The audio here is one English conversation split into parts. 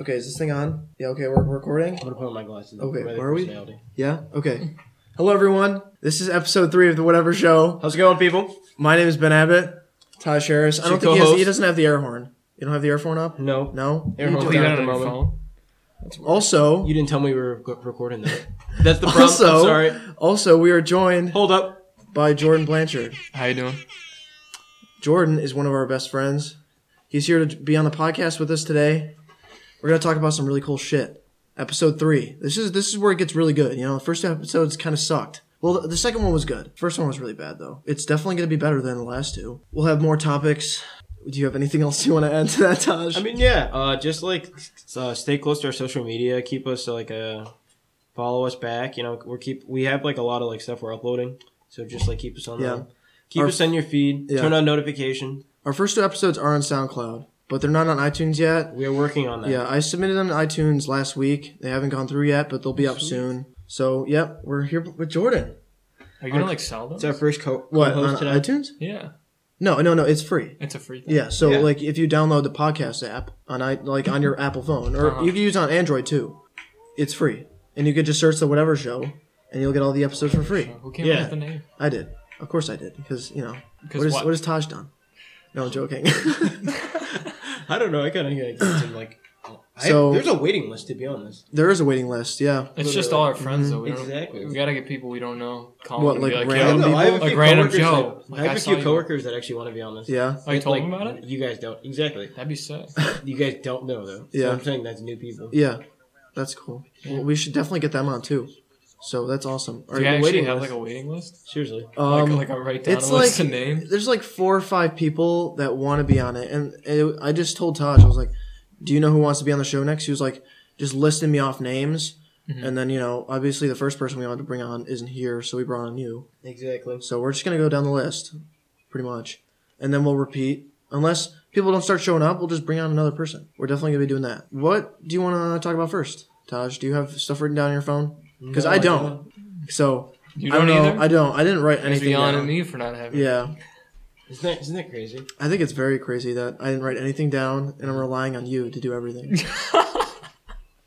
Okay, is this thing on? Yeah, okay, we're recording. I'm gonna put on my glasses. Okay, My where are we? personality. Yeah, okay. Hello, everyone. This is episode three of the Whatever Show. How's it going, people? My name is Ben Abbott. Tosh Harris. I don't think he, has, co-host? he doesn't have the air horn. You don't have the air horn up? No, No. Air horn. Leave Down that at the on your moment. phone. Also, You didn't tell me we were g- recording that. That's the problem. also, I'm sorry. also, we are joined Hold up. by Jordan Blanchard. How you doing? Jordan is one of our best friends. He's here to be on the podcast with us today. We're gonna talk about some really cool shit. Episode three. This is this is where it gets really good. You know, the first two episodes kind of sucked. Well, the, the second one was good. First one was really bad though. It's definitely gonna be better than the last two. We'll have more topics. Do you have anything else you want to add to that, Taj? I mean, yeah. Uh, just like s- uh, stay close to our social media. Keep us like uh, follow us back. You know, we're keep we have like a lot of like stuff we're uploading. So just like keep us on. Yeah. Yeah. Keep Our- us on your feed. Yeah. Turn on notification. our first two episodes are on SoundCloud, but they're not on iTunes yet. We are working on that. Yeah, I submitted them to iTunes last week. They haven't gone through yet, but they'll be up soon. So, yep, we're here with Jordan. Are you gonna like sell them? It's our first co- What on co-host today. iTunes? yeah, No, no, no. It's free. it's a free thing. Yeah. So Yeah. like, if you download the podcast app on i like on your Apple phone, or Uh-huh. you can use it on Android too, it's free, and you could just search the whatever show, and you'll get all the episodes for free. Who came Yeah. up with the name? I did, of course I did, because you know what Because is what? what is Taj done? No, I'm joking. I don't know. I kind of get some like. I- So- there's a waiting list to be on this. there is a waiting list. Yeah. it's just all our friends though. We don't, Exactly. We gotta get people we don't know. Calling What, and like, be like, random yo, people? I have a Like few random coworkers Joe. that- Like, I have I a saw few you. coworkers that actually want to be on this. Yeah. Oh, you told Like, them about it? You guys don't exactly. That'd be sick. You guys don't know though. Yeah. Yeah, I'm saying that's new people. Yeah. That's cool. Well, we should definitely get them on too. So that's awesome. Are Do you you actually waiting have list? like a waiting list? Seriously, Um, like, like a write down it's a list like- of names. there's like four or five people that want to be on it, and it, I just told Taj, I was like, "Do you know who wants to be on the show next?" He was like, "Just listing me off names." Mm-hmm. And then you know, obviously, the first person we wanted to bring on isn't here, so we brought on you. exactly. So we're just gonna go down the list, pretty much, and then we'll repeat. Unless people don't start showing up, we'll just bring on another person. We're definitely gonna be doing that. What do you want to talk about first, Taj? Do you have stuff written down on your phone? Because No, I don't. So You I don't don't know. either. I don't. I didn't write Guys are anything. yelling at down. me for not having. Yeah. Isn't that isn't that crazy? I think it's very crazy that I didn't write anything down and I'm relying on you to do everything.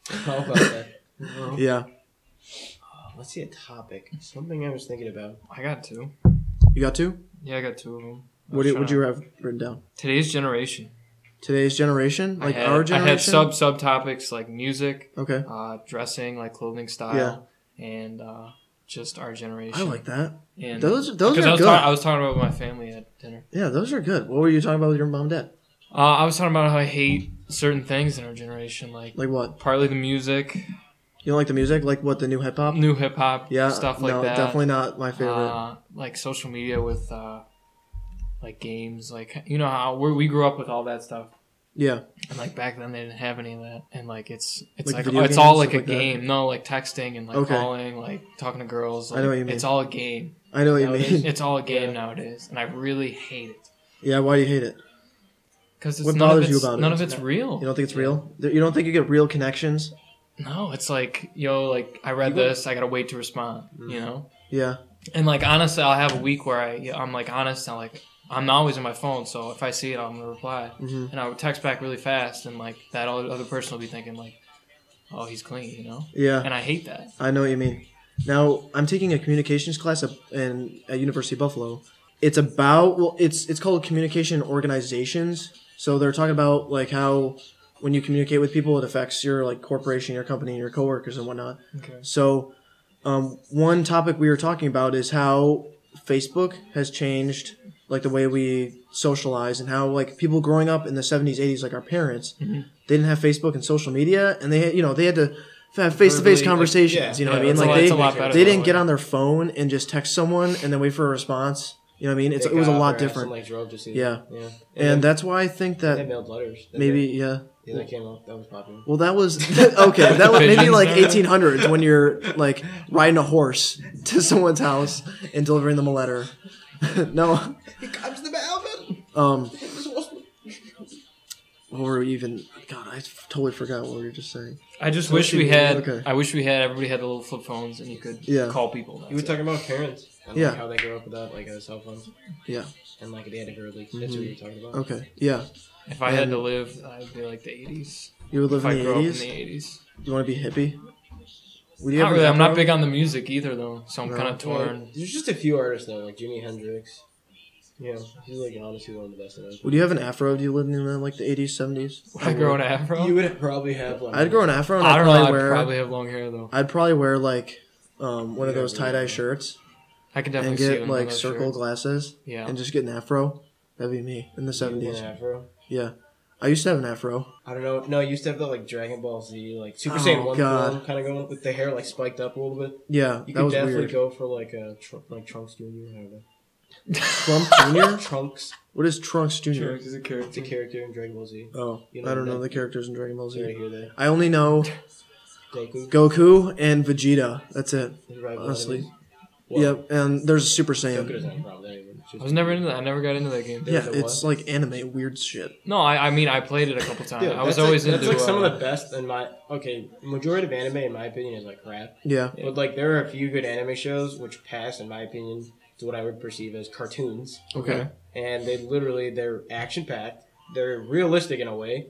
How about that? yeah. Oh, let's see a topic. Something I was thinking about. I got two. You got two? Yeah, I got two of them. What do, would you have written down? Today's generation. Today's generation? Like I had, our I had generation? sub subtopics like music, Okay. uh, dressing, like clothing style, and uh, just our generation. I like that. And Those- those because are I was good. talk- I was talking about my family at dinner. Yeah, those are good. What were you talking about with your mom and dad? Uh, I was talking about how I hate certain things in our generation, like Like what? partly the music, You don't like the music? Like what, the new hip hop? new hip hop, Yeah. stuff like no, that. definitely not my favorite. Uh, like social media with uh, like games, like you know how we we grew up with all that stuff, yeah. and like back then they didn't have any of that, and like it's it's Like like, video it's all games, like a stuff like that? game, no like texting and like Okay. calling, like talking to girls. I Like, know what you mean. It's all a game. I know what you Nowadays- mean. It's all a game nowadays, and I really hate it yeah, why do you hate it? because What none of bothers you it's, about it? none of it's real. You don't think it's real? Th- You don't think you get real connections? No, it's like, yo, like I read this, I gotta wait to respond, you Mm. know. Yeah. And like honestly, I'll have a week where I I'm like honest, I'm like I'm not always on my phone, so if I see it, I'm gonna reply, Mhm. and I would text back really fast, and like that o- other person will be thinking like, oh, he's clean, you know. Yeah. And I hate that. I know what you mean. Now I'm taking a communications class up in at University of Buffalo. It's about well, it's it's called communication organizations. So they're talking about like how when you communicate with people, it affects your like corporation, your company, your coworkers, and whatnot. Okay. So um, one topic we were talking about is how Facebook has changed like the way we socialize and how like people growing up in the 70s 80s like our parents Mm-hmm. they didn't have facebook and social media and they you know they had to have face-to-face Verbally, like, conversations yeah. you know Yeah, what i mean it's a like lot- they, it's a lot better they that didn't way. get on their phone and just text someone and then wait for a response you know what i mean it's, They it was a got lot their ass different And, like, drove to see Yeah. them. yeah. and, that's why i think they that mailed letters. That maybe They, yeah yeah, that came out. That was popular. well that was okay that was maybe Pigeons like there. 1800s when you're like riding a horse to someone's house and delivering them a letter no Here comes the mailman. Um, what were we even? God, I f- totally forgot what we were just saying. I just Social wish we media, had. okay. I wish we had. Everybody had the little flip phones, and you could Yeah. call people. You were That's it. talking about parents. And, Yeah. Like, how they grew up without like a cell phones. Yeah. Mm-hmm. And like they had to grow like that's what you were talking about. Okay. Yeah. if I had and- to live, I'd be like the '80s. You would live if I in the grew up in eighties. the eighties. you want to be hippie? Would Not ever really. I'm not outgrow- big on the music either, though, so I'm No. kind of Well, torn. there's just a few artists now, like Jimi Hendrix. Yeah, he's like honestly one of the best. in Would you have an afro? if you lived in the, like the eighties, seventies? Would I grow an afro? You would probably have like I'd grow an afro. And I'd I don't know. probably I'd wear. probably have long hair though. I'd probably wear like um, one of Yeah, those yeah. tie dye shirts I and could definitely see get them like circle glasses Yeah. and just get an afro. That'd be me in the an seventies. afro. Yeah, I used to have an afro. I don't know. No, you used to have that like Dragon Ball Z, like Super Oh, Saiyan One God. form, kind of going with the hair like spiked up a little bit. Yeah, that You could was definitely weird. go for like a tr- like Trunks Junior. I don't know. Trump Junior. Trunks, What is Trunks Junior? is a it's a character in Dragon Ball Z. Oh, You know I don't that- know the characters in Dragon Ball So you Z. hear that? I only know Goku. Goku and Vegeta. That's it. his rival honestly. enemies. Well, yep, and there's a Super Goku Saiyan. doesn't have a problem with that either. It's just- I was never into that. I never got into that game. Yeah, There's a it's like anime weird shit. No, I, I mean I played it a couple times. Dude, I was that's always like, into. That's like some uh, of the best in my okay. Majority of anime, in my opinion, is like crap. Yeah, Yeah. But like, there are a few good anime shows which pass, in my opinion, to what I would perceive as cartoons. Okay. And they literally they're action packed. They're realistic in a way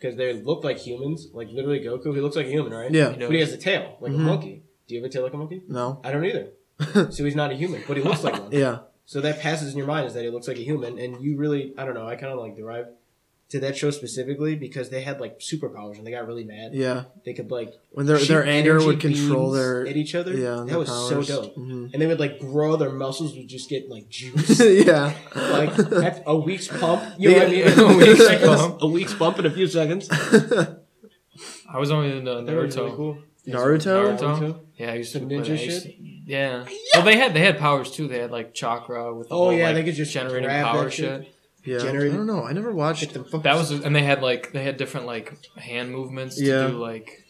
because they look like humans. Like literally Goku, he looks like a human, right? yeah. You know, But he has a tail like Mhm. a monkey. Do you have a tail like a monkey? No. I don't either. So he's not a human, but he looks like one. yeah, So that passes in your mind is that he looks like a human, and you really, I don't know, I kind of like derive to that show specifically because they had like superpowers and they got really mad. yeah. They could like When their shoot their anger energy would control beams their at each other. yeah. that was so dope. hmm And they would like grow, their muscles would just get like juiced. yeah. like that's a week's pump. You know Yeah. what I mean? A week's, Yeah. pump. a week's pump in a few seconds. I was always into That was Naruto. really cool. Naruto? Naruto? Yeah, I used to Some play ninja that. I used shit? to- Yeah. Well, they had they had powers too. They had like chakra with. The Oh, whole, yeah, like, they could just generating grab power that shit. shit. Yeah. Generate- I don't know. I never watched. Get the fuck- That was and they had like they had different like hand movements to Yeah. do like.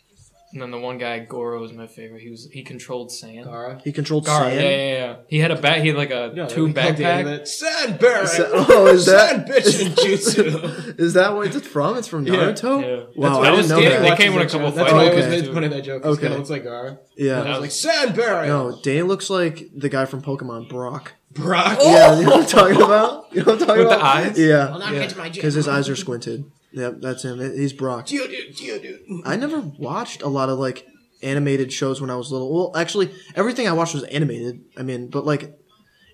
And then the one guy Goro was my favorite. He was he controlled sand. Gara. He controlled Gara, yeah, sand. yeah, yeah. He had a bat. He had like a No, two we called the end of backpack. it, Sad Baron. Sa- oh, is that Sad bitch and jutsu. is that what it's from? It's from Yeah, Naruto. yeah. Wow, I That's what didn't I know was that. getting, like- came in a couple That's fights. why I was Okay. made fun of that joke. Oh, Okay. Okay. It looks like Gar. yeah, And I That was like, was- Sandberry! No, Dane looks like the guy from Pokemon, Brock. Brock! Yeah, you know what I'm talking about? You know what I'm talking With the about? eyes? Yeah, not Yeah. catch my because his eyes are squinted. Yep, that's him. It- He's Brock. Geodude, Geodude. I never watched a lot of like animated shows when I was little. Well, actually, everything I watched was animated. I mean, but like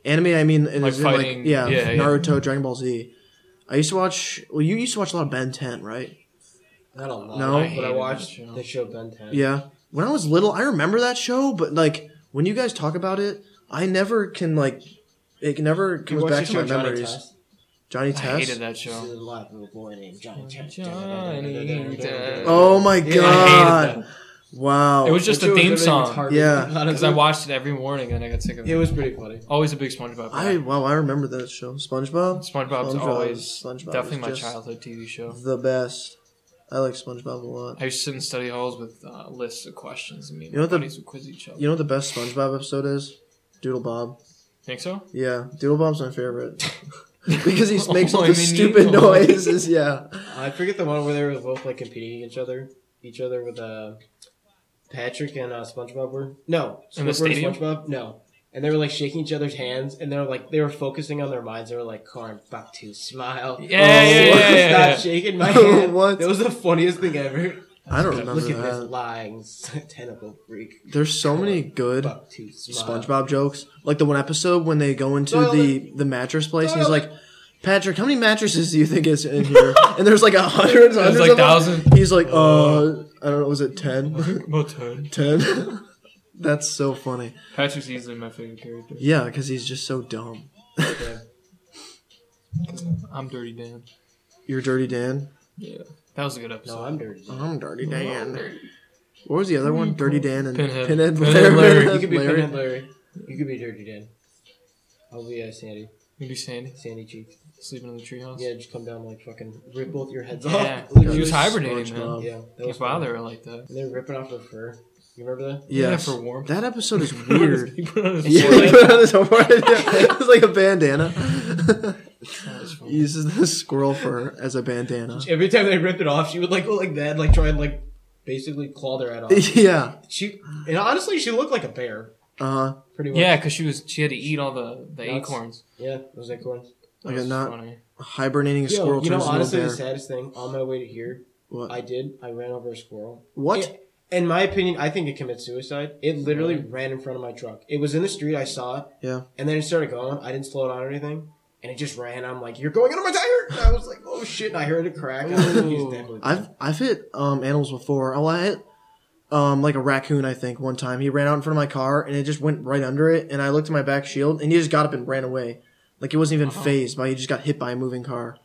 anime, I mean, it Like is in, like, fighting, yeah, yeah, yeah. Naruto, Dragon Ball Z. I used to watch. Well, you used to watch a lot of Ben Ten, right? Not a lot, No. I but hated I watched that show. the show Ben 10. Yeah. When I was little, I remember that show, but like when you guys talk about it, I never can like. It never You comes watched back the to show my Johnny memories. Test? Johnny I Test. hated that This show. is a lot of a boy named Johnny Test. Johnny Test. Oh my Yeah, I hated god! that. Wow. It was just a theme song Yeah. because I watched it every morning and I got sick of It it. was pretty funny. Always a big SpongeBob. I fan. wow, I remember that show, SpongeBob. SpongeBob's SpongeBob- always SpongeBob is definitely my just childhood TV show. The best. I like SpongeBob a lot. I used to sit in study halls with uh, lists of questions. and me and You know my what the- buddies would quiz each other. You know what the best SpongeBob episode is? Doodle Bob. Think so? Yeah, Doodle Bob's my favorite because he makes all Oh, I these mean, stupid you- noises. Yeah, I forget the one where they were both like competing each other, each other with uh, Patrick and uh, SpongeBob were no In the Squidward and stadium? SpongeBob no, and they were like shaking each other's hands, and they were like they were focusing on their minds. They were like, "Karn, fuck to smile." Yeah, yeah, Stop yeah, yeah, yeah. shaking my hand. What? That was the funniest thing ever. I don't Look remember at this that. lying tentacle freak. There's so many good Fuck to smile. SpongeBob jokes. Like the one episode when they go into Toilet. the the mattress place, and he's Toilet. like. Patrick, how many mattresses do you think is in here? And there's like a hundred, It hundreds was like of them. thousand. He's like, uh, I don't know, was it ten? About ten. 10. That's so funny. Patrick's easily my favorite character. Yeah, because he's just so dumb. Yeah. I'm Dirty Dan. You're Dirty Dan? Yeah, that was a good episode. No, I'm dirty. I'm Dirty Dan. What was the other one? Dirty Dan and Pinhead. Pinhead, Pinhead Larry. You could be Larry. Pinhead Larry. You could be dirty Dan. I'll be uh, Sandy. Maybe Sandy Sandy cheek. sleeping in the treehouse. Yeah, just come down like fucking rip both your heads yeah. off. She was Literally hibernating, man. SpongeBob. Yeah, that Can't funny. bother her like that. And they're ripping off her fur. You remember that? Yes. Yeah, for warmth. That episode is He put on his- weird. he put on his Yeah, he forehead. put on his forehead. Yeah, It's like a bandana. That was He funny. uses the squirrel fur as a bandana. Every time they rip it off, she would like go like that, like try and like basically claw their head off. Yeah. she and honestly, she looked like a bear, Uh huh. pretty much. Yeah, because she was she had to eat all the the Nuts. acorns. yeah, those acorns. That Okay, was not- funny. Hibernating Yo, squirrel you know, turns into a honestly, the bear. saddest thing on my way to here What? I did. I ran over a squirrel. What? It- in my opinion, I think it committed suicide. It literally ran in front of my truck. It was in the street. I saw it, yeah. and then it started going. I didn't slow it down or anything, and it just ran. I'm like, "You're going under my tire!" And I was like, "Oh shit!" And I heard it crack. I was like, "He's definitely dead." I've I've hit um animals before. Oh, I hit um like a raccoon. I think one time he ran out in front of my car and it just went right under it. And I looked at my back shield and he just got up and ran away. Like it wasn't even Uh-huh. phased by. He just got hit by a moving car.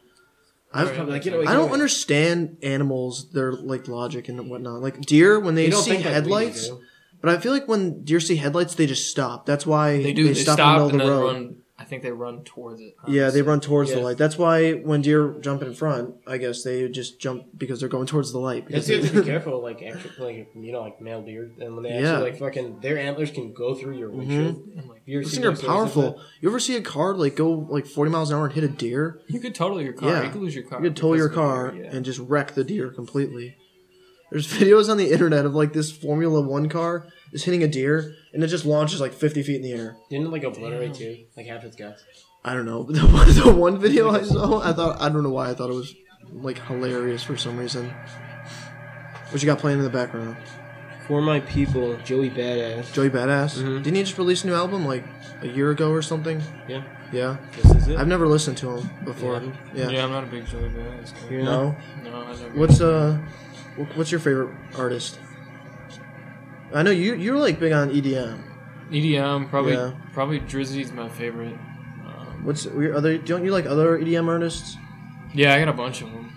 I've, I'm like, "Get away, I get don't away." understand animals, their like logic and whatnot. Like deer, when they You don't see think like we headlights, do. but I feel like when deer see headlights, they just stop. That's why They do. They, stop, stop, in and the then middle of the road. run. I think they run towards it. Yeah, they honestly. run towards the Yeah. light. That's why when deer jump in front, I guess they just jump because they're going towards the light. That's Because you have to be careful, like actually, like you know, like male deer, and when they actually Yeah. Mm-hmm. like fucking their antlers can go through your windshield. I'm like, Have you ever Those seen things are those stories like powerful. You ever see a car like go like forty miles an hour and hit a deer? you could total your car. Yeah. You could lose your car. You could tow because your of the car deer, yeah. and just wreck the deer completely. There's videos on the internet of like this Formula One car is hitting a deer and it just launches like fifty feet in the air. that? Didn't it, like obliterate too, like half its guts. I don't know. The one, the one video I saw, I thought I don't know why I thought it was like hilarious for some reason. What you got playing in the background? For my people, Joey Badass. Joey Badass. Mm-hmm. Didn't he just release a new album like a year ago or something? Yeah, Yeah. this is it. I've never listened to him before. Yeah. Yeah. I'm not a big Joey Badass guy. You're not- No. No, I never. What's uh, wh- what's your favorite artist? I know you you're like big on E EDM. EDM? E Probably, Yeah. probably Drizzy's my favorite. Um, What's your other? Don't you like other EDM artists? yeah, I got a bunch of them.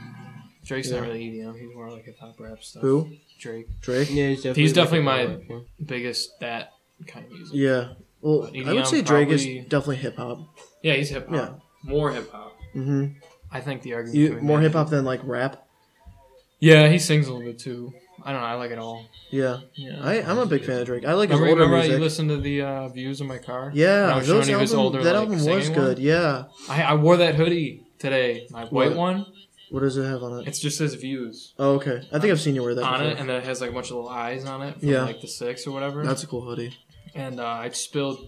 Drake's Yeah. not really EDM. He's more like a pop rap stuff. Who? Drake. Drake. Yeah, he's definitely, He's definitely like, my yeah. biggest that kind of music. Yeah. Well, But I would EDM say Drake E probably- is definitely hip hop. Yeah, he's hip hop. Yeah. More hip hop. hmm I think the argument. You could be more made. hip hop than like rap. Yeah, he sings a little bit too. I don't know. I like it all. Yeah. Yeah. I I'm a big fan of Drake. I like his remember, older remember how you music. listened to the uh, views in my car? And I Yeah, was those showing you his album, older, that like, album was singing good. Yeah. I, I wore that hoodie today, my white What? one. What does it have on it? It's just says views Oh, okay. I think I've seen you wear that. on before. it, and then it has like a bunch of little eyes on it from Yeah. like the six or whatever. That's a cool hoodie. and uh, I spilled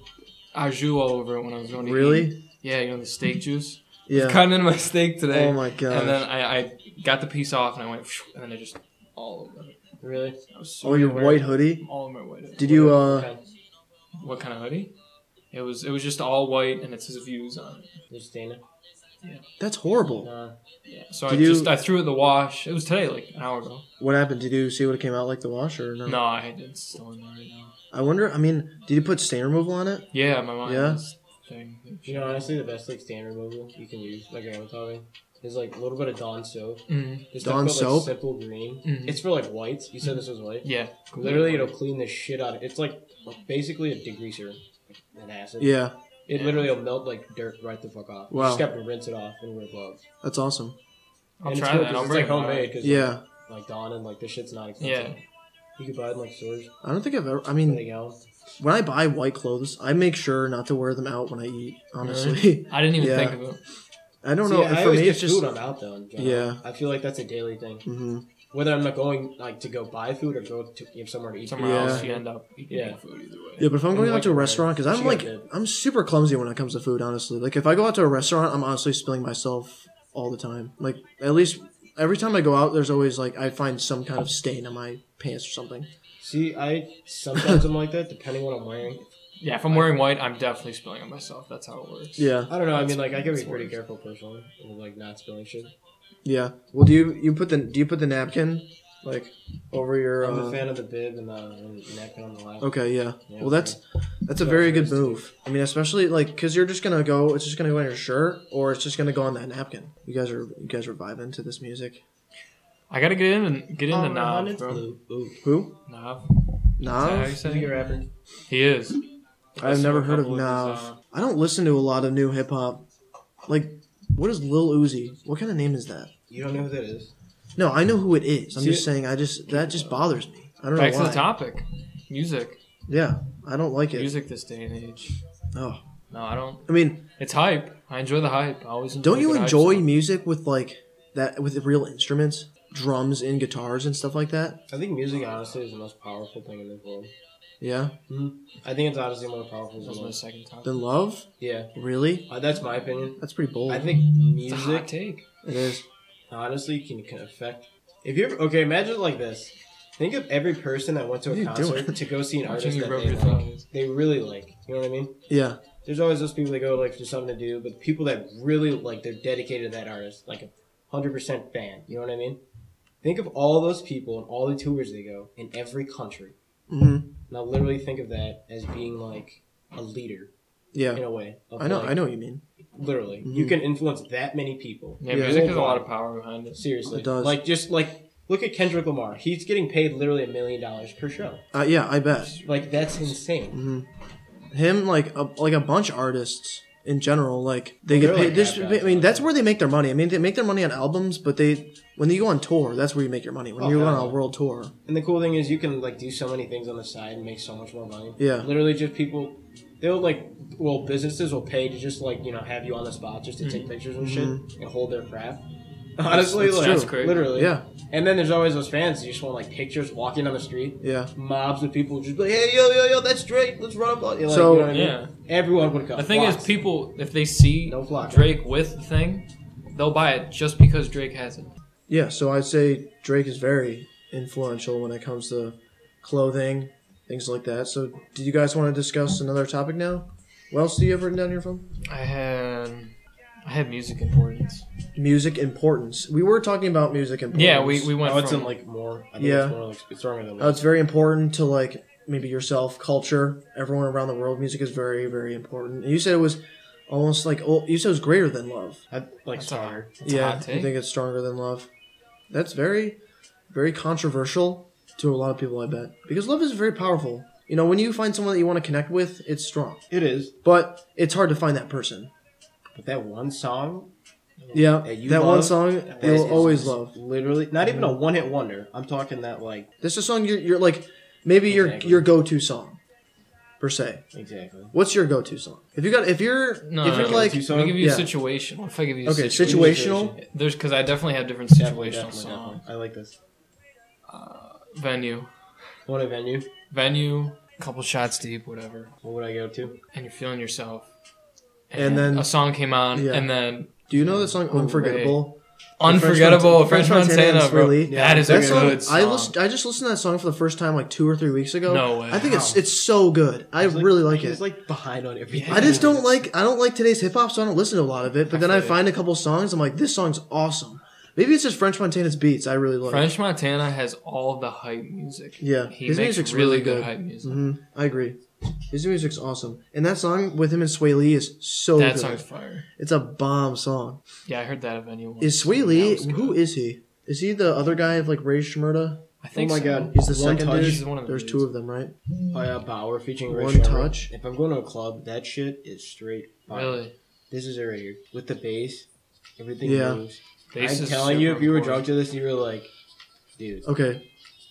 ajou all over it when I was going to eat. Really? Yeah, you know the steak juice. Yeah. Cutting into my steak today. Oh my gosh. And then I, I got the piece off, and I went, phew, and then I just all over it. Really? I was so oh, your aware. white hoodie. All of my white. hoodie. Did you? uh Okay. What kind of hoodie? It was it was just all white, and it says views on it. There's Dana. That's horrible. Nah. Yeah. So Did I you- just I threw it in the wash. It was today, like an hour ago. What happened? Did you see what it came out like the wash or no? No, I it's still in there right now. I wonder. I mean, did you put stain removal on it? Yeah, my mom. Yeah? Yeah. Thing. You know, honestly, the best like stain removal you can use, like I was talking, is like a little bit of Dawn soap. Mm, This Dawn stuff soap? called, like, simple green. Mhm. It's for like whites. You said this was white. yeah. Mm-hmm. Literally, it'll clean the shit out. of It's like basically a degreaser, an acid. Yeah, It Yeah. literally will melt like dirt right the fuck off. Wow. You just have to rinse it off and wear gloves. that's awesome. I'll and try it's that. uh, I'll It's like bring it homemade back. because Yeah, like, like Dawn and like this shit's not expensive. Yeah. You could buy it in like stores. I don't think I've ever. I Anything mean, else? when I buy white clothes, I make sure not to wear them out when I eat. Honestly, I didn't even Yeah. think of it. I don't See, know. I For always me, get it's just. food when I'm out though. in general. Yeah. I feel like that's a daily thing. hmm Whether I'm not going like to go buy food or go to you have somewhere to eat. Somewhere Yeah. else, you end up eating Yeah. food either way. Yeah, but if I'm And going out like to a your restaurant, because parents. I'm She like, got good. I'm super clumsy when it comes to food, honestly. Like, if I go out to a restaurant, I'm honestly spilling myself all the time. Like, at least every time I go out, there's always, like, I find some kind of stain on my pants or something. See, I sometimes I'm like that depending what I'm wearing. Yeah, if I'm wearing white, I'm definitely spilling on myself. That's how it works. Yeah, I don't know. I mean, like I can be That's pretty worse. careful personally, with, like not spilling shit. yeah. Well, do you you put the do you put the napkin like over your? I'm Uh, a fan of the bib and the, and the napkin on the lap. okay, yeah. Yeah, Well, that's that's a Yeah, very good first. move. I mean, especially like because you're just gonna go, it's just gonna go on your shirt, or it's just gonna go on that napkin. You guys are you guys are vibing to this music. I gotta get in and get Oh, into Nav, bro. Ooh, ooh. Who? Nav. Is that how you Nav? say Is he a it? rapper? He is. I've Listen to never a heard of couple Nav. his, uh, I don't listen to a lot of new hip hop. Like, what is Lil Uzi? What kind of name is that? You don't know who that is? No, I know who it is. I'm See- just saying. I just that just bothers me. I don't Back know to why. the topic. Music. Yeah, I don't like it. Music this day and age. Oh, No, I don't. I mean, It's hype. I enjoy the hype. I always enjoy don't you good hype enjoy stuff. music with like that with real instruments, drums and guitars and stuff like that? I think music honestly is the most powerful thing in the world. Yeah. I think it's honestly more powerful than That was my most. second topic. Then love? Yeah, Really? uh, that's my opinion. That's pretty bold. I think It's a hot music take. it is. honestly can, can affect If you ever, okay, imagine it like this. Think of every person that went to What a are you concert doing? to go see an Watching artist you that rub they your like. fingers. They really like. You know what I mean? Yeah. There's always those people that go like for something to do, but the people that really like they're dedicated to that artist, like a hundred percent fan. You know what I mean? Think of all those people and all the tours they go in every country. hmm Now, literally think of that as being like a leader in Yeah. a way. Of, I know. like, I know what you mean. Literally, you Mhm. can influence that many people. Yeah, Yeah. music has a lot of power behind it. Seriously, It does. like just like look at Kendrick Lamar. He's getting paid literally a million dollars per show. Uh, yeah, I bet. Like that's insane. him like a, like a bunch of artists in general like they get They're paid like this, bad guys, i mean aren't that's they? where they make their money i mean they make their money on albums but they when you go on tour that's where you make your money when Oh, you're on yeah. a world tour And the cool thing is you can like do so many things on the side and make so much more money. Yeah. Literally, just people. They'll like, well, businesses will pay to just like you know have you on the spot just to take pictures and shit and hold their crap. Honestly, Mm-hmm. that's like true. That's crazy. literally, Yeah. And then there's always those fans who just want like pictures walking down the street. yeah Mobs of people just be like, hey yo yo yo, that's Drake, let's run up on you. Like, So- you know what I mean? Yeah. everyone would come. The thing Flocks. is, people if they see No flock. Drake with the thing, they'll buy it just because Drake has it. yeah so i'd say drake is very influential when it comes to clothing things like that so do you guys want to discuss another topic now what else do you have written down here from I had I had music importance. music importance we were talking about music importance Yeah, we, we went Oh, from it's in like more. I think Yeah. it's more like it's stronger than Uh, it's very important to like maybe yourself, culture, everyone around the world. Music is very, very important. And you said it was almost like oh, you said it was greater than love. I, like That's stronger. It's a yeah, hot take. you think it's stronger than love? That's very, very controversial to a lot of people, I bet, because love is very powerful. You know, when you find someone that you want to connect with, it's strong, It is, but it's hard to find that person. but that one song Yeah, That that, you one love, song that you'll is always love. literally not even a one hit wonder. I'm talking that like This is a song you're, you're like maybe Exactly. your your go to song, per se. exactly. What's your go to song? If you got if you're No, if no, you're no, like Two Let me give song. you Yeah. a situation. What if I give you a Okay, situation? situational. There's because I definitely have different Definitely, situational definitely, songs. definitely. I like this. Venue, What a venue. venue, couple shots deep, whatever, What would I go to? and you're feeling yourself. And then- a song came on, Yeah. and then Do you know the song Unforgettable? unforgettable French, French Montana Montana, and bro. Swirly. That is a That good song, song. I list, I just listened to that song for the first time like two or three weeks ago. No way. I think it's it's so good. I really like it. It's like behind on everything. I just don't like I don't like today's hip hop, so I don't listen to a lot of it. But then I feel find a couple songs, I'm like, this song's awesome. Maybe it's just French Montana's beats. I really like. French Montana has all the hype music. Yeah, he his makes music's really, really good good. hype music. hmm I agree. His music's awesome, and that song with him and Sway Lee is so That good. song's fire. It's a bomb song. Yeah, I heard that at venue. Once. Is Sway That Lee? was good. Who is he? Is he the other guy of like Ray Shmurda? I Oh think my so. god. He's the second touch. dude. He's one of the There's dudes. two of them, right? By uh, Bauer featuring Ray One Sherman. touch. If I'm going to a club, that shit is straight. fire. Really, This is it right here with the bass. Everything Yeah. moves. Bass I'm is telling you, super if you were drunk important. to this, you were like, dude. Okay.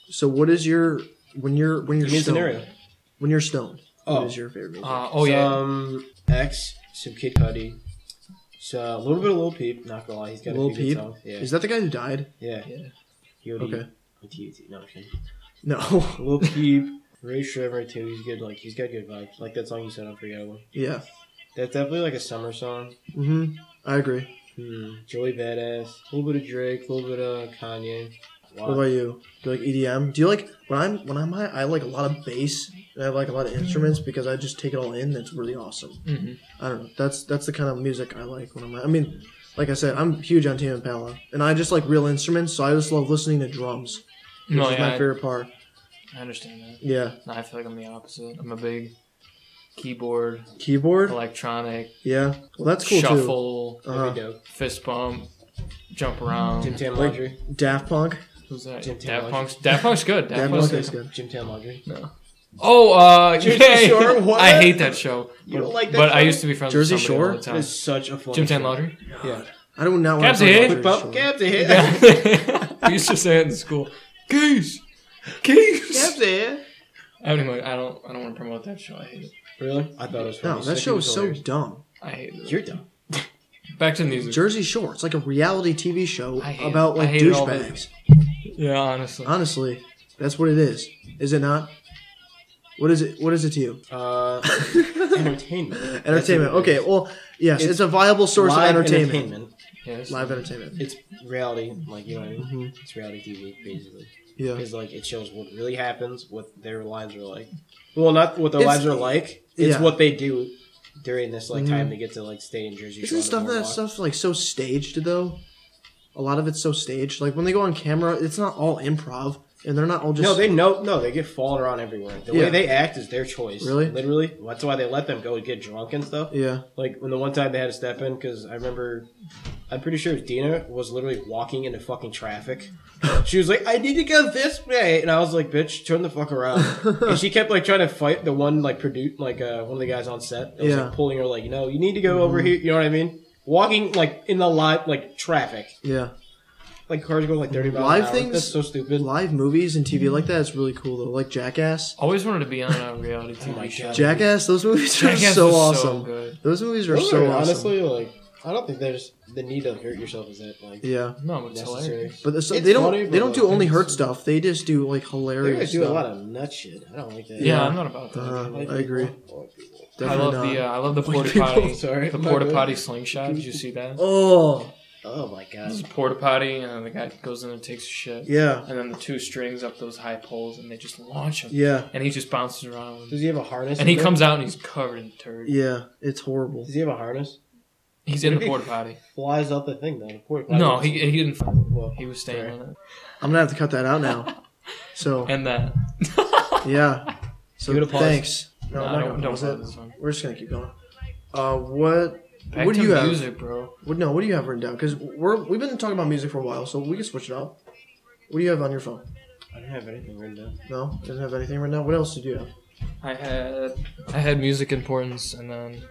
So what is your when you're when you're Give me a stoned, scenario. when you're stoned? Oh. What is your favorite music? Uh, oh yeah, Some X, some Kid Cudi, so a little bit of Lil Peep. Not gonna lie, he's got Lil a few Peep? good songs. Yeah, Is that the guy who died? yeah. Yeah. Yodi. Okay. Yodi. No, I'm kidding. No. Lil Peep, Ray Shriver too. He's good. Like he's got good vibes. Like that song you said, unforgettable. yeah. That's definitely like a summer song. Mm-hmm. I agree. Hmm. Joey Badass. A little bit of Drake. A little bit of Kanye. What about you? Do you like EDM? Do you like when I'm when I'm high? I like a lot of bass and I like a lot of instruments because I just take it all in. That's really awesome. Mhm. I don't know. That's that's the kind of music I like when I'm. high. I mean, like I said, I'm huge on Tame Impala, and I just like real instruments. So I just love listening to drums. Which no, is yeah, my I, favorite part. I understand that. Yeah, No, I feel like I'm the opposite. I'm a big keyboard, keyboard. electronic, Yeah, well that's cool too. shuffle, Uh-huh. That'd be dope. fist bump, jump around. Jim Tam Like- Laundry. Daft Punk. Who's that? Jim Daft Taylor. Punk's. Daft Punk's good. Daft, Daft Punk's Punk is good. Jim Tam Laundry. Oh, uh, Jersey yeah. Shore, what? I hate that show. You but don't like that but I show? used to be friends Jersey with somebody Shore? all the That time. is such a fun. Jim Tan show. Laundry. Yeah. I do not want Cap's to. a hit. talk Quick about bump. Jersey Shore. Gab's a hit. we used to say it in school. Geese, geese. Gab's a hit. Anyway, I don't. I don't want to promote that show. I hate it. Really? I thought it was. No, funny. that Sick show was is so hilarious. dumb. I hate it. You're dumb. Back to the music. Jersey Shore. It's like a reality TV show I hate it. about I like hate it all, but- douchebags. yeah, honestly. Honestly, that's what it is. Is it not? What is it? What is it to you? Uh, entertainment. That's what it Entertainment. is. Okay. Well, yes, it's, It's a viable source of Live entertainment. Yeah, it's- live entertainment. It's reality, like you know what I mean. Mhm. It's reality TV, basically, Yeah, because like it shows what really happens, what their lives are like. Well, not what their It's- lives are like. It's yeah. what they do during this like Mhm. time they get to like stay in Jersey. isn't Shore on stuff the that boardwalk. stuff like so staged though? A lot of it's so staged. Like when they go on camera, it's not all improv, and they're not all just No, they know. No, they get falling around everywhere. The Yeah. way they act is their choice. Really? literally. That's why they let them go and get drunk and stuff. yeah. Like when the one time they had to step in because I remember, I'm pretty sure Dina was literally walking into fucking traffic. She was like, "I need to go this way," and I was like, "Bitch, turn the fuck around." and she kept like trying to fight the one like produ- like uh, one of the guys on set. That was, Yeah. Mm-hmm. like, pulling her like, "No, you need to go over here." You know what I mean? Walking like in the lot like traffic, Yeah, like cars going like 30 miles Live an hour. things- That's so stupid. live movies and TV like that is really cool though. Like Jackass, Always wanted to be on a reality TV my show. God. Jackass. Those movies are Jackass so was so awesome. good. those movies are Those so are awesome. honestly like, I don't think there's the need to hurt yourself. Is that like yeah, No, but it's necessary? hilarious. but the- so It's they don't funny, they but, don't like, do only it's- hurt stuff. They just do like They hilarious. guys do stuff. a lot of nut shit. I don't like that. Yeah, I'm not about that. Uh-huh. like I agree. people. Like people. Definitely I love not. the uh, I love the White porta people, potty. sorry. The My porta bad. potty slingshot. Did you see that? oh Oh my god. There's a porta potty, and the guy goes in and takes a shit. yeah And then the two strings up those high poles, and they just launch him. yeah And he just bounces around. Does he have a harness? And he in there? comes out and he's covered in turd. yeah. It's horrible. Does he have a harness? He's in the Maybe. porta potty. Flies out the thing though. The porta potty. No, he, he didn't. f- Well, He was staying in it. I'm gonna have to cut that out now. So And that. yeah. So Give it a pause. thanks. I'm No, I not don't, gonna don't pause want it. this one. We're just gonna keep going. Uh, what? Back what do to you have? music, bro. What, no, what do you have written down? Because we're we've been talking about music for a while, so we can switch it up. What do you have on your phone? I don't have anything written down. No, doesn't have anything right now. What else did you have? I had I had music importance, and then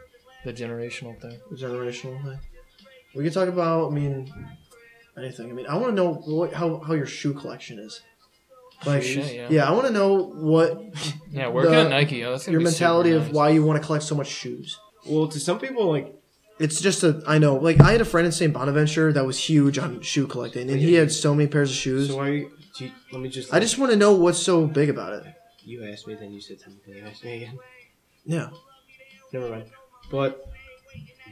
the generational thing. The generational thing. We could talk about. I mean, anything. I mean, I want to know what, how how your shoe collection is. Like, Shit, yeah. yeah, I want to know what Yeah, working The- at Nike. Yo, that's gonna your be super mentality of nice. why you want to collect so much shoes. Well, to some people, like It's just a I know like I had a friend in St. Bonaventure that was huge on shoe collecting, and he had so many pairs of shoes. so why? Are you, do you- let me just. I just want to know what's so big about it. You asked me, then you said something. You asked me again. Yeah, Never mind. But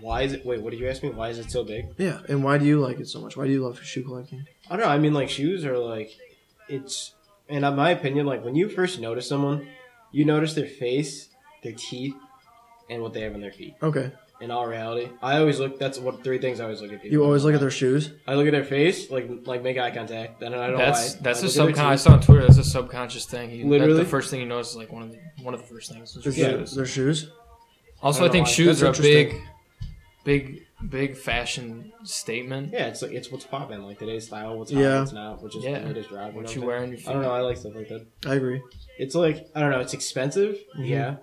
why is it? Wait, what did you ask me? Why is it so big? yeah. And why do you like it so much? Why do you love shoe collecting? I don't know. I mean, like shoes are like, it's, and in my opinion, like when you first notice someone, you notice their face, their teeth, and what they have on their feet. Okay, In all reality, I always look. That's what three things I always look at. People. you always look at their shoes. I look at their face, like like make eye contact. Then I don't know That's why. that's I a look at subconscious. their I teeth. saw on Twitter. That's a subconscious thing. You, that- Literally? the first thing you notice is like one of the one of the first things. is Their, Yeah. shoes. their shoes. Also, I I, don't think know why. shoes That's are a big, interesting. big, big fashion statement. Yeah, it's like it's what's popping, like today's style, what's hot, Yeah. what's not, which is Yeah. the latest drive. What whatever. you wear on your feet. I don't know. I like stuff like that. I agree. It's like I don't know. It's expensive. Mm-hmm. Mhm. Yeah.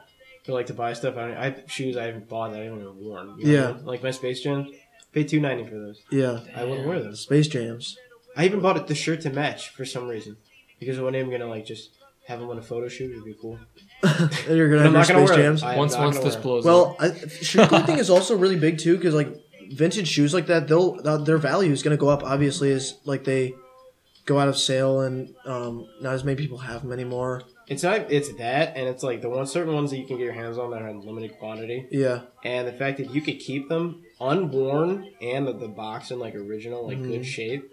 But like to buy stuff. I, don't, I have shoes I haven't bought that I haven't even worn. you know what Yeah. I mean? Like my Space Jam, paid two ninety for those. Yeah, I wouldn't wear Damn. those. Space Jams. I even bought it the shirt to match for some reason because one day I'm gonna like just have them on a photo shoot. It'd be cool. And you're gonna But have I'm your not gonna Space wear Jams. it. I am Once not once gonna this wear it. blows up. Well, I, shoe collecting is also really big too, because like vintage shoes like that, they'll uh, their value is going to go up. Obviously, as like they go out of sale and um, not as many people have them anymore. It's not. It's that, and it's like the one certain ones that you can get your hands on that are in limited quantity, Yeah, and the fact that you could keep them unworn and the, the box in like original, like good shape.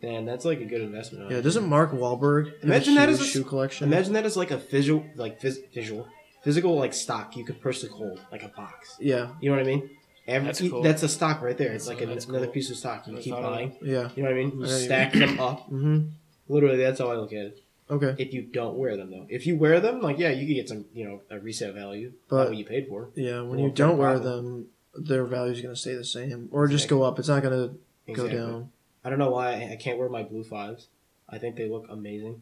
Then that's like a good investment. yeah. Doesn't Mark Wahlberg have Imagine a that huge as a- shoe collection? Imagine that as like a visual, like phys- visual, physical, like stock you could personally hold, like a box. yeah, You know what I mean? Every, e, That's that's, cool. a stock right there. It's like an, That's another cool. piece of stock you That's keep not a- buying. yeah. You know what I mean? You I know what you stack them up. Mm-hmm. Literally, that's how I look at it. Okay. If you don't wear them though, if you wear them, like yeah, you could get some, you know, a resale value. But- But what you paid for. Yeah, when Oh, Well, you don't no wear them, problem. their value is going to stay the same or just Exactly. go up. It's not going to Exactly. go down. I don't know why I, I can't wear my blue fives. I think they look amazing.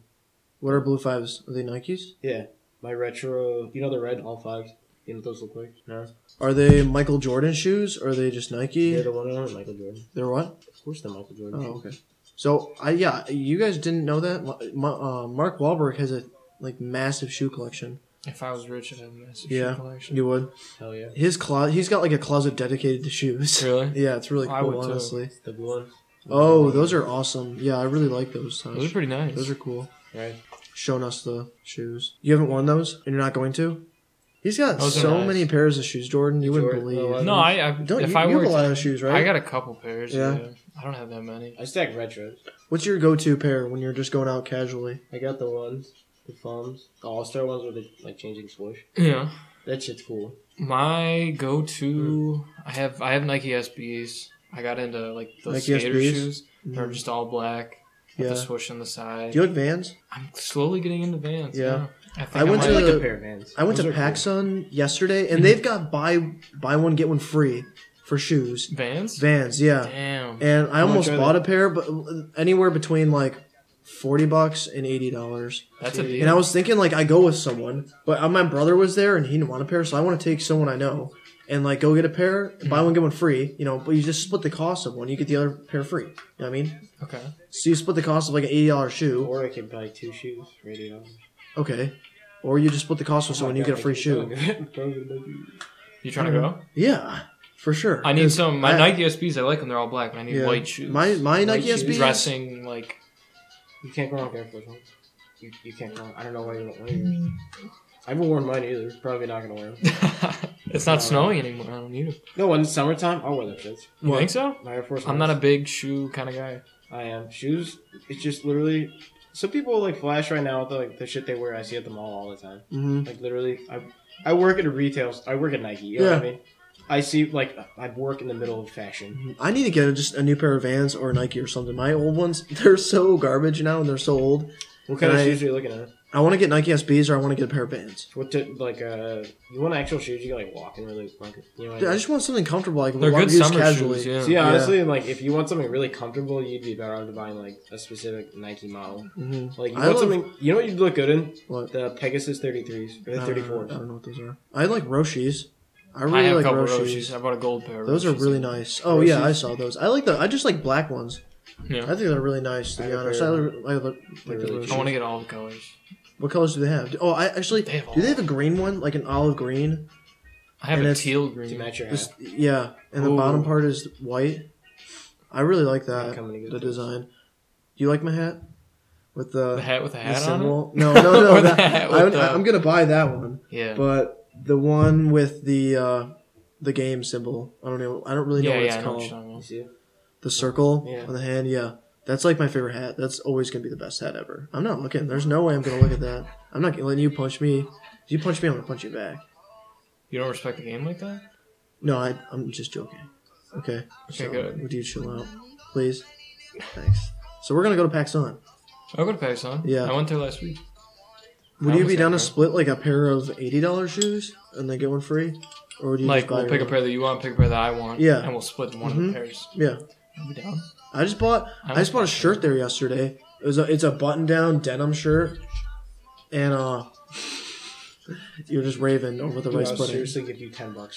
What are blue fives? Are they Nikes? Yeah, my retro. You know the red all fives. You know what those look like? No, Are they Michael Jordan shoes or are they just Nike? they're They're, the one and only Michael Jordan. what? Of course, they're Michael Jordan. Oh, okay. So I yeah, you guys didn't know that Ma- Ma- uh, Mark Wahlberg has a like massive shoe collection. If I was rich, I'd have a massive Yeah. shoe collection. You would Hell yeah, his closet. He's got like a closet dedicated to shoes. Really? Yeah, it's really cool. I would, too. honestly. the blue one. Oh, those are awesome. Yeah, I really like those. Tosh. Those are pretty nice. Those are cool. Right. Showing us the shoes. You haven't worn those, and you're not going to. He's got Those are so nice. many pairs of shoes, Jordan. You wouldn't Jordan- believe. oh, I- no, I, I Don't if you, I you were have a lot to, of shoes, I right? got a couple pairs. Yeah. Yeah. I don't have that many. I stack retros. What's your go-to pair when you're just going out casually? I got the ones, the thumbs, the All Star ones with the like changing swoosh. Yeah. That shit's cool. My go-to, Mm-hmm. I have I have Nike SBs. I got into like those Nike skater SBs? shoes. Mm. They're just all black with Yeah. the swoosh on the side. Do you like Vans? I'm slowly getting into Vans. Yeah. Yeah. I think went I to- like a pair of Vans. I went Those to are cool. PacSun yesterday, and they've got buy buy one get one free for shoes. Vans. Vans, yeah. Damn. And I almost try bought that. a pair, but anywhere between like forty bucks and eighty dollars. That's a And I deal. was thinking like I go with someone, but uh, my brother was there and he didn't want a pair, so I want to take someone I know and like go get a pair, buy one get one free. You know, but you just split the cost of one, you get the other pair free. You know what I mean? Okay. So you split the cost of like an eighty dollar shoe, Or I can buy two shoes, radio. okay, or you just split the cost with someone, you get a free shoe. You trying to go? Yeah, for sure. I need some. My Mm-hmm. I- Nike SBs. I like them. They're all black. but I need Yeah. white shoes. My my White Nike shoes. SB dressing like You can't go wrong with Air Force Ones. You, you can't go wrong. I don't know why you don't wear Mm-hmm. yours. I haven't worn mine either. Probably not gonna wear them. it's not snowing anymore. I don't need them. No, in the summertime, I'll wear them shits. You What? think so? My Air Force I'm not a big shoe kind of guy. I am. Shoes, it's just literally. Some people like flash right now with like the shit they wear. I see at the mall all the time. Mhm. Like literally, I I work at a retail. I work at Nike. You know what I Yeah. mean? I see like I work in the middle of fashion. Mm-hmm. I need to get just a new pair of Vans or Nike or something. My old ones, they're so garbage now and they're so old. What kind Right. of shoes are you looking at? I want to get Nike SBs or I want to get a pair of Vans. What to, like uh you want actual shoes? You can like walk in really like you know. What Dude, I I mean? just want something comfortable. I can They're walk- good use summer casually. shoes. Yeah. See, Yeah. honestly, like if you want something really comfortable, you'd be better off to buying like a specific Nike model. Mhm. Like you I want love- something, you know what you'd look good in? What? Uh, The Pegasus 33s or the I don't know- 34s. I don't know what those are. I like Roshis. I really I have like a couple Roshis. Roshis. I bought a gold pair. of Those are Roshis. really nice. Oh yeah, I saw those. I like the. I just like black ones. I Yeah. think they're really nice. To I be have a honest, I, pair of li- I li- like the really Roshis. cute. I want to get all the colors. What colors do they have? Oh, I actually. They have do they have a green one, like an olive green? I have And a it's- teal To green. match your Just hat. yeah, and the Ooh. bottom part is white. I really like that. coming to get The those. design. You like my hat with the, The hat with a the hat on it. symbol? No, no, no. Or the that, hat I, with the- am gonna buy that one, Yeah. but the one with the uh, the game symbol. I don't know. I don't really know yeah, what yeah, I it's know what you're called. talking You about. see it? the circle Yeah. on the hand. Yeah, that's like my favorite hat. That's always gonna be the best hat ever. I'm not looking. There's no way I'm gonna look at that. I'm not letting you punch me. If you punch me, I'm gonna punch you back. You don't respect the game like that? No, I, I'm just joking. Okay. Okay, good. Would you chill out, please? Thanks. So we're gonna go to PacSun. I'll go to Pakistan. Yeah. I went there last week. Would you almost be had down to one. split like a pair of eighty dollars shoes and then get one free, or would you Like, just buy we'll your pick a own? pair that you want, pick a pair that I want. Yeah. And we'll split one of Mhm. the pairs. Yeah, You down? I just bought. I, I just bought a shirt there yesterday. It was a, it's a button down denim shirt, and uh, you're just raving over the Dude, rice I'll pudding. seriously give you ten bucks.